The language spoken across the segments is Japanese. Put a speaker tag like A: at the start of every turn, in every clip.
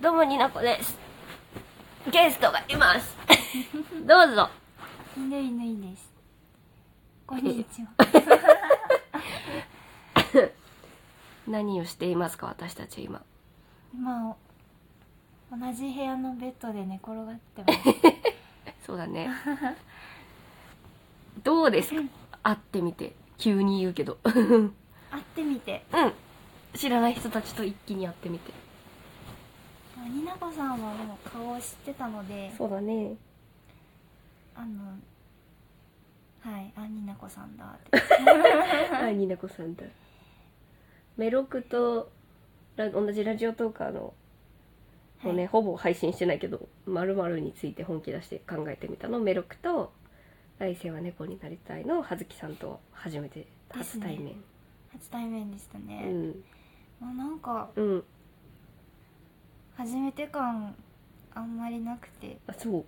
A: どうもになこですゲストがいます どうぞ
B: 犬犬です。こんにちは。
A: 何をしていますか私たち今
B: 今お同じ部屋のベッドで寝転がってます。
A: そうだ ねどうですか会ってみて急に言うけどうん
B: 会ってみて、
A: 知らない人たちと一気に会ってみて
B: まあ、になこさんはもう顔を知ってたので、
A: そうだね
B: あのはい、あになこさんだって。
A: はい、になこさんだ。メロクとラ同じラジオトーカーの、もうね、
B: はい
A: ほぼ配信してないけど、まるまるについて本気出して考えてみたの。メロクと来世は猫になりたいの葉月さんと初めて初対面。
B: 初対面でした
A: う
B: ね。
A: ん、
B: まあなんか
A: うん、
B: 初めて感あんまりなくて、
A: あ、そう。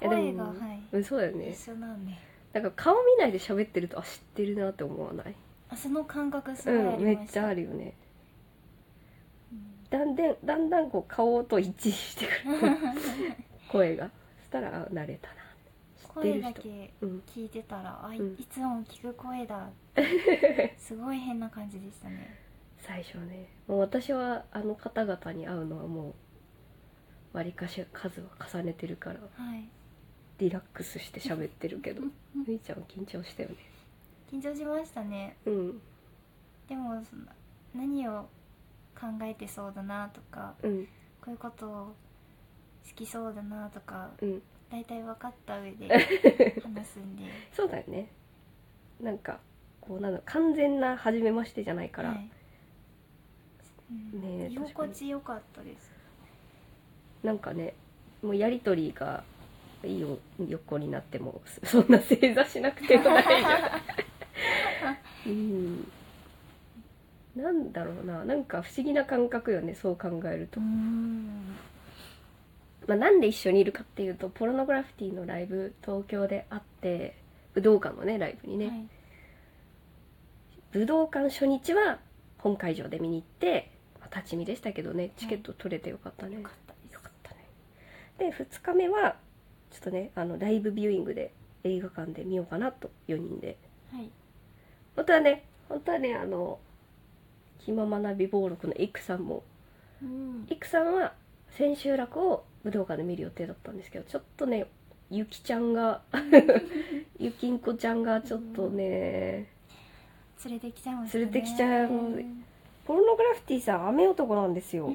A: えでも
B: 声がはい
A: うん、そうだよね。
B: 一緒なんで、
A: なんか顔見ないで喋ってると、あ、知ってるなって思わない。
B: あその感覚す
A: う
B: ごいあ
A: ん、め
B: りま
A: っ
B: し
A: ち
B: た。
A: ゃあるよね。だんだん、だんだんこう顔と一致してく る。声が。そしたら、あ慣れたな。知って
B: 声
A: る
B: だ
A: 人。
B: け
A: うん、
B: 聞いてたら、あい
A: うん
B: いつも聞く声だ すごい変な感じでしたね
A: 最初ねもう私はあの方々に会うのはもうわりかし数は重ねてるから
B: はい
A: リラックスして喋ってるけ どふいちゃんは緊張したよね
B: 緊張しましたね
A: うん
B: でもその何を考えてそうだなとか
A: うん
B: こういうことを好きそうだなとか
A: うん
B: 大体分かった上で話すんで
A: そうだよねなんかこうなんだろう完全な初めましてじゃない から、
B: はいうん
A: ねえ
B: 居心地良かったです
A: なんかねもうやり取りがいいよ横になってもそそんな正座しなくてもないじゃ んうんなんだろうななんか不思議な感覚よねそう考えると
B: うーん
A: まあ、なんで一緒にいるかっていうとポルノグラフィティのライブ東京であって武道館のねライブにね、
B: はい
A: 武道館初日は本会場で見に行って、まあ立ち見でしたけどねチケット取れてよかったね、
B: 良
A: よ
B: かったです
A: かったねで2日目はちょっとねあのライブビューイングで映画館で見ようかなと4人で
B: はい
A: 本当はね本当はねあの「ひままな美暴録」のイクさんも
B: うん
A: イクさんは千秋楽を武道館で見る予定だったんですけどちょっとねゆきちゃん がゆきんこちゃんがちょっとね
B: 連れてきちゃいましたね
A: 連れてきち ゃうポルノグラフィティさん雨男なんですよ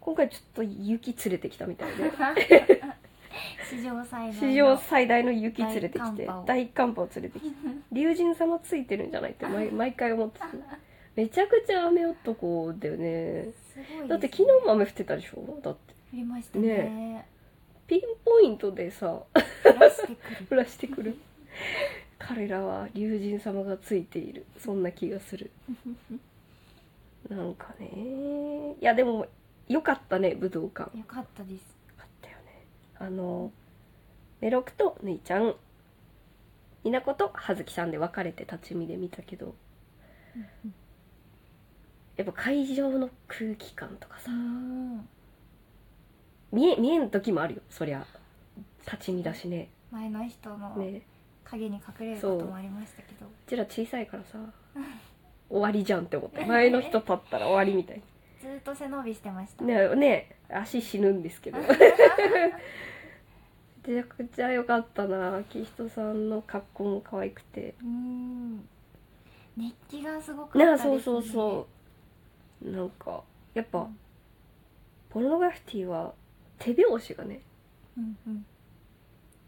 A: 今回ちょっと雪連れてきたみ たいで
B: 史上最大の
A: 史上最大の雪連れてきて
B: 大寒波を
A: 大寒波を連れてきて龍神様ついてるんじゃないって 毎毎回思ってためちゃくちゃ雨男だよね
B: すごいですね
A: だって昨日も雨降ってたでしょだって
B: 降りましたね
A: ピンポイントでさ
B: 降らしてくる
A: 降らしてくる 彼らは龍神様がついているそんな気がするなんかねいやでも良かったね武道館
B: よかったです
A: 良かったよねあのメロクとぬいちゃんいなこと葉月さんで別れて立ち見で見たけどやっぱ会場の空気感とかさ
B: うん
A: 見え見えん時もあるよそりゃ立ち見だしね
B: 前の人の
A: ね
B: 影に隠れることもありましたけど、
A: うちら小さいからさ終わりじゃんって思った前の人立ったら終わりみたい
B: ずっと背伸びしてました、
A: なねね足死ぬんです けどめちゃくちゃ良かったな秋人さんの格好も可愛くて
B: うん熱気がすごかった
A: な
B: で
A: あ
B: す、ね、
A: そうそうそうなんかやっぱ、
B: うん
A: ポルノグラフィティは手拍子がね
B: うん うん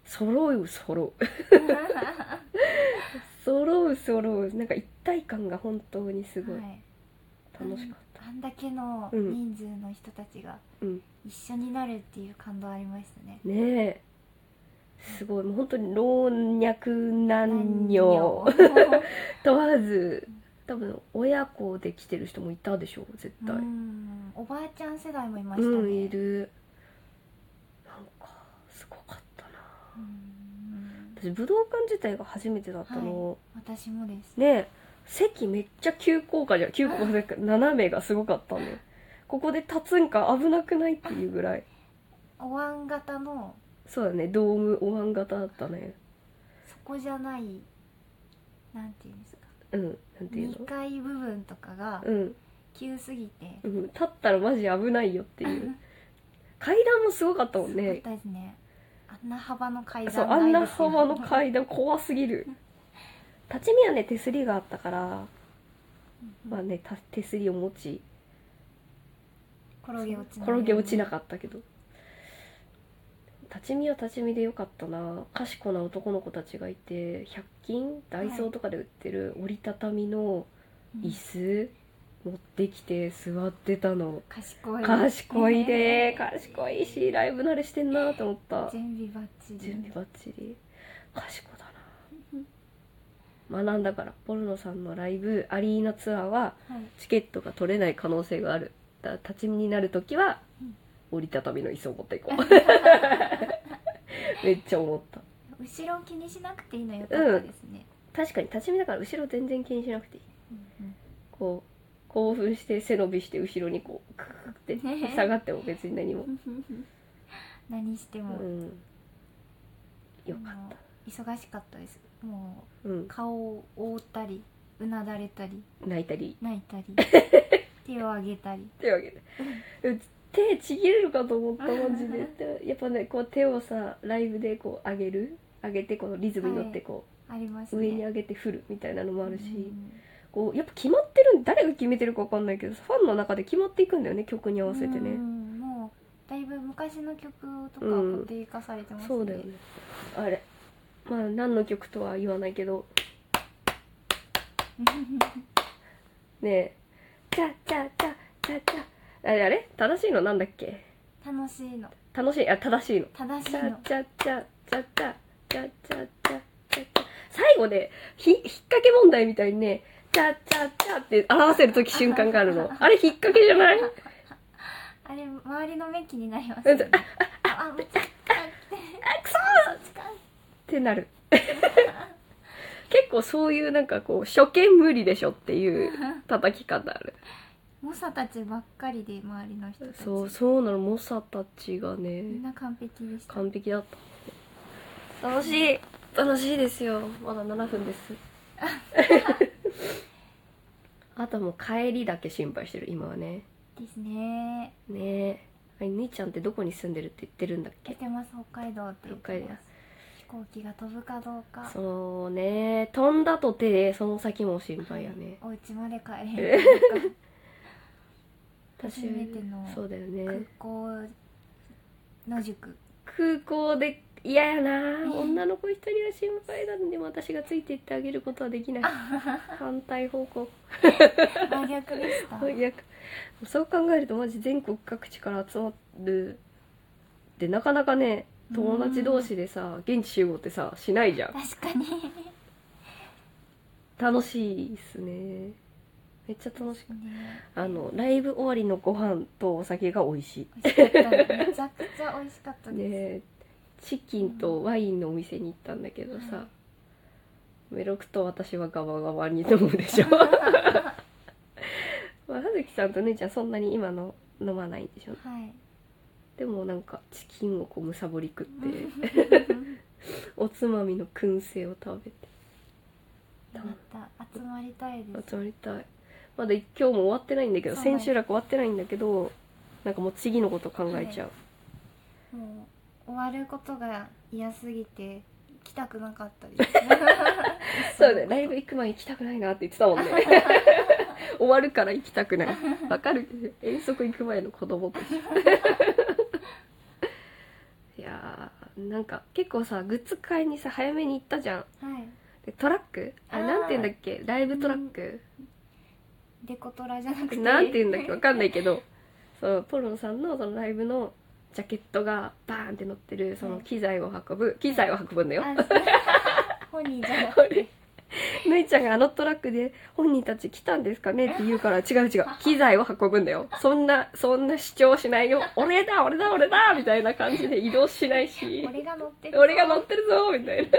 A: 揃う揃う 揃う揃うなんか一体感が本当にすごい
B: はい、
A: 楽しかった、
B: あんだけの
A: うん
B: 人数の人たちが
A: うん
B: 一緒になるっていう感動ありましたね、
A: ねえすごいもう本当に老若男
B: 何
A: 女
B: よ
A: 問わず多分親子で来てる人もいたでしょう絶対
B: うんおばあちゃん世代もいましたね、
A: うんいるなんかすごかったな
B: うん
A: 私武道館自体が初めてだったの、
B: 私もです
A: ねえ席めっちゃ急降下じゃん急降下じゃなくて斜めがすごかったんだよここで立つんか危なくないっていうぐらい
B: お椀型の
A: そうだねドームお椀型だったね
B: そこじゃないなんていうんですか
A: うんなんていうの
B: 2階部分とかが
A: うん、
B: 急すぎて、
A: うん、立ったらマジ危ないよっていう階段もすごかったもん
B: そうだっ
A: ね
B: たですねあんな幅の階段
A: そうあ
B: ない
A: んな
B: ですよ
A: 幅の階段怖すぎ る立ち見はね手すりがあったから
B: うん
A: まあねた手すりを持ち
B: 転げ落ちない
A: 転げ落ちなかったけど立ち見は立ち見でよかったな賢な男の子たちがいて100均ダイソーとかで売ってる折りたたみの
B: うん
A: 椅子持ってきて座ってたの
B: 賢い
A: 賢いで
B: ね
A: 賢いしライブ慣れしてんなと思った
B: 準備バッチリ
A: 準備バッチリ賢だな学んだからポルノさんのライブアリーナツアーは
B: はい
A: チケットが取れない可能性があるだから立ち見になる時は
B: うん
A: 折りたたみの椅子を持ってい こうめっちゃ思った
B: 後ろを気にしなくていいのよかったですね、
A: 確かに立ち見だから後ろ全然気にしなくていい
B: うん
A: こう興奮して背伸びして後ろにこうクククって下がっても別に何も、
B: うん 何して
A: う
B: も、
A: ん、よかっ
B: 忙しかったですも
A: た、うん
B: う、顔を覆ったりうなだれたり
A: 泣いたり
B: 泣い たり手を挙げたり
A: というわけでう手ちぎれるかと思ったマジででやっぱねこう手をさライブでこう上げる上げてこのリズムに乗ってこ
B: あります
A: う、
B: ね
A: 上に上げて振るみたいなのもあるし、
B: うん
A: こうやっぱ決まってるん誰が決めてるか分かんないけどファンの中で決まっていくんだよね曲に合わせて
B: う
A: ね、
B: んもうだいぶ昔の曲とか
A: うん
B: 固定化されてますね、
A: そうだよねあれまあ何の曲とは言わないけどねえ「チャチャチャチャチャ」あれあれ正しいのなんだっけ
B: 楽しいの
A: 楽しいあ正しいの
B: 正しい
A: チャ
B: の
A: チャチャチャチャチャチャチャチャチャ最後でひ引っ掛け問題みたいにねチャチャチャって表せる時瞬間があるのあれ引っ掛けじゃない
B: あれ周りの目気になりますよね
A: あ
B: ああめっちゃ
A: あくそーってなる 結構そういうなんかこう初見無理でしょって いう叩き方ある
B: 猛者たちばっかりで周りの人たち
A: そうそうなの猛者たちがね
B: みんな完璧でした
A: 完璧だった楽しい楽しいですよまだ7分です あともう帰りだけ心配してる今はね
B: ですね
A: ねえあれ兄ちゃんってどこに住んでるって言ってるんだっ
B: 出
A: け
B: てます北海道って言って
A: 北海道
B: ます飛行機が飛ぶかどうか
A: そのね飛んだとてその先も心配やね
B: お家まで帰れるかどうか初めての
A: そうだよね
B: 空港 野宿
A: 空港で嫌やな、
B: うん
A: 女の子一人は心配なのでも私がついていってあげることはでき ない反対方向
B: 真逆でした
A: 最悪そう考えるとマジ全国各地から集まるでなかなかね友達同士でさ現地集合ってさしないじゃん
B: 確かに
A: 楽しいっすねめっちゃ楽しかっ
B: ね
A: たあのライブ終わりのご飯とお酒が美味し
B: 美味しかっためちゃくちゃ美味しかった
A: い
B: です、
A: でチキンとワインのお店に行ったんだけどさ、
B: はい
A: メロクと私はガバガバに飲むで しょまあ葉月さんと姉ちゃんそんなに今の飲まないんでしょ
B: はい
A: でもなんかチキンをこうむさぼり食 っておつまみの燻製を食べて
B: また集まりたいです
A: 集まりたいまだ今日も終わってないんだけど
B: そう
A: 千秋楽終わってないんだけどなんかもう次のこと考えちゃう、
B: もう終わることが嫌すぎて行きたくなかったです
A: そうだねライブ行く前に行きたくないなって言ってたもん ね終わるから行きたくないわかる遠足行く前の子供たち いやーなんか結構さグッズ買いにさ早めに行ったじゃん
B: はい
A: でトラックあれ
B: あー
A: なんて言うんだっけライブトラック、
B: デコトラじゃなくて
A: なんて言うんだっけわかんないけどそうポロンさんのそのライブのジャケットがバーンって乗ってるその機材を運ぶ機材を運ぶんだよ
B: あ そうホニーじゃなくて
A: ぬいちゃんがあのトラックで「本人たち来たんですかね?」って言うから違う違う機材を運ぶんだよそんなそんな主張しないよ「俺だ俺だ俺だ!」みたいな感じで移動しないし
B: 俺が乗っ
A: 「
B: てる
A: 俺が乗ってるぞ!」みたいな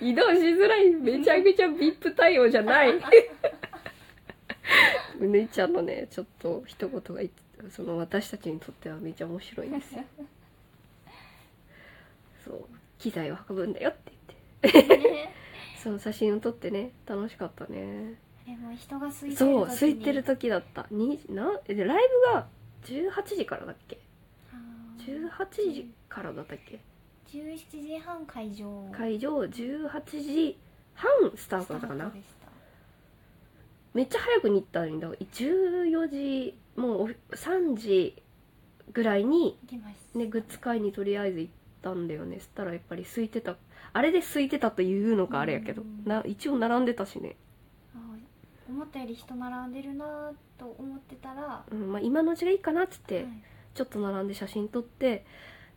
A: 移動しづらいめちゃくちゃ VIP 対応じゃないうねちゃんのねちょっと一言が言ってその私たちにとってはめちゃ面白いんですよそう機材を運ぶんだよって言って
B: ね
A: そう写真を撮ってね楽しかったね
B: あれも人が空いてる時に
A: そう空いてる時だったになえでライブが18時からだっけ
B: あー
A: 18時からだったっけ
B: 17時半会場
A: 会場18時半スタートだったか
B: スター
A: な
B: トでした
A: めっちゃ早くに行ったのにだから14時もうお3時ぐらいに
B: 行きます
A: ねグッズ買いにとりあえず行ったんだよねそしたらやっぱり空いてたあれで空いてたというのかあれやけど
B: うん
A: な一応並んでたしね、
B: あー思ったより人並んでるなーと思ってたら、
A: うんまあ、今のうちがいいかなっつって、
B: はい
A: ちょっと並んで写真撮って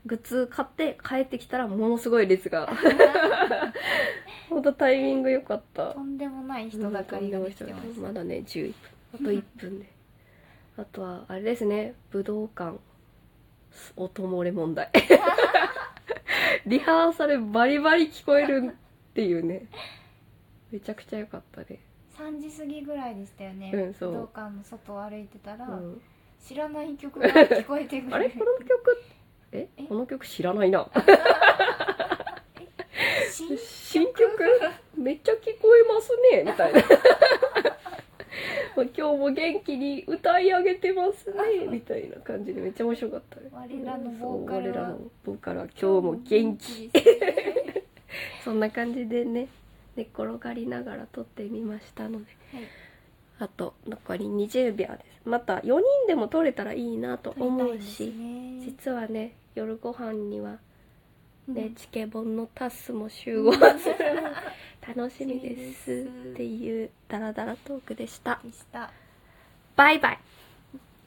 A: グッズ買って帰ってきたらものすごい列 がほんとタイミング良かった
B: とんでもな い人だかりができてました
A: まだね11分あと1分であとはあれですね武道館音漏れ問 題リハーサルバリバリ聞こえるっていうねめちゃくちゃ良かったね、
B: 3時過ぎぐらいでしたよね、
A: うんそう
B: 武道館の外を歩いてたら、
A: うん
B: 知らない曲が聞こえてくる
A: あれこの曲え
B: え
A: この曲知らないな
B: 新曲
A: 新曲めっちゃ聞こえますねみたいな今日も元気に歌い上げてますねみたいな感じでめっちゃ面白かったね
B: 我らのボーカルは
A: そう我らのボーカルは今日も元気
B: 今日も元気です
A: そんな感じでね寝っ転がりながら撮ってみましたので、
B: はい
A: あと残り20秒ですまた4人でも撮れたらいいなと 思うし、
B: ね
A: 実はね夜ご飯にはね、
B: うん
A: チケボンのタッスも集合する楽しみで
B: 楽しみで す
A: すっていうダラダラトークでした
B: でした
A: バイバイ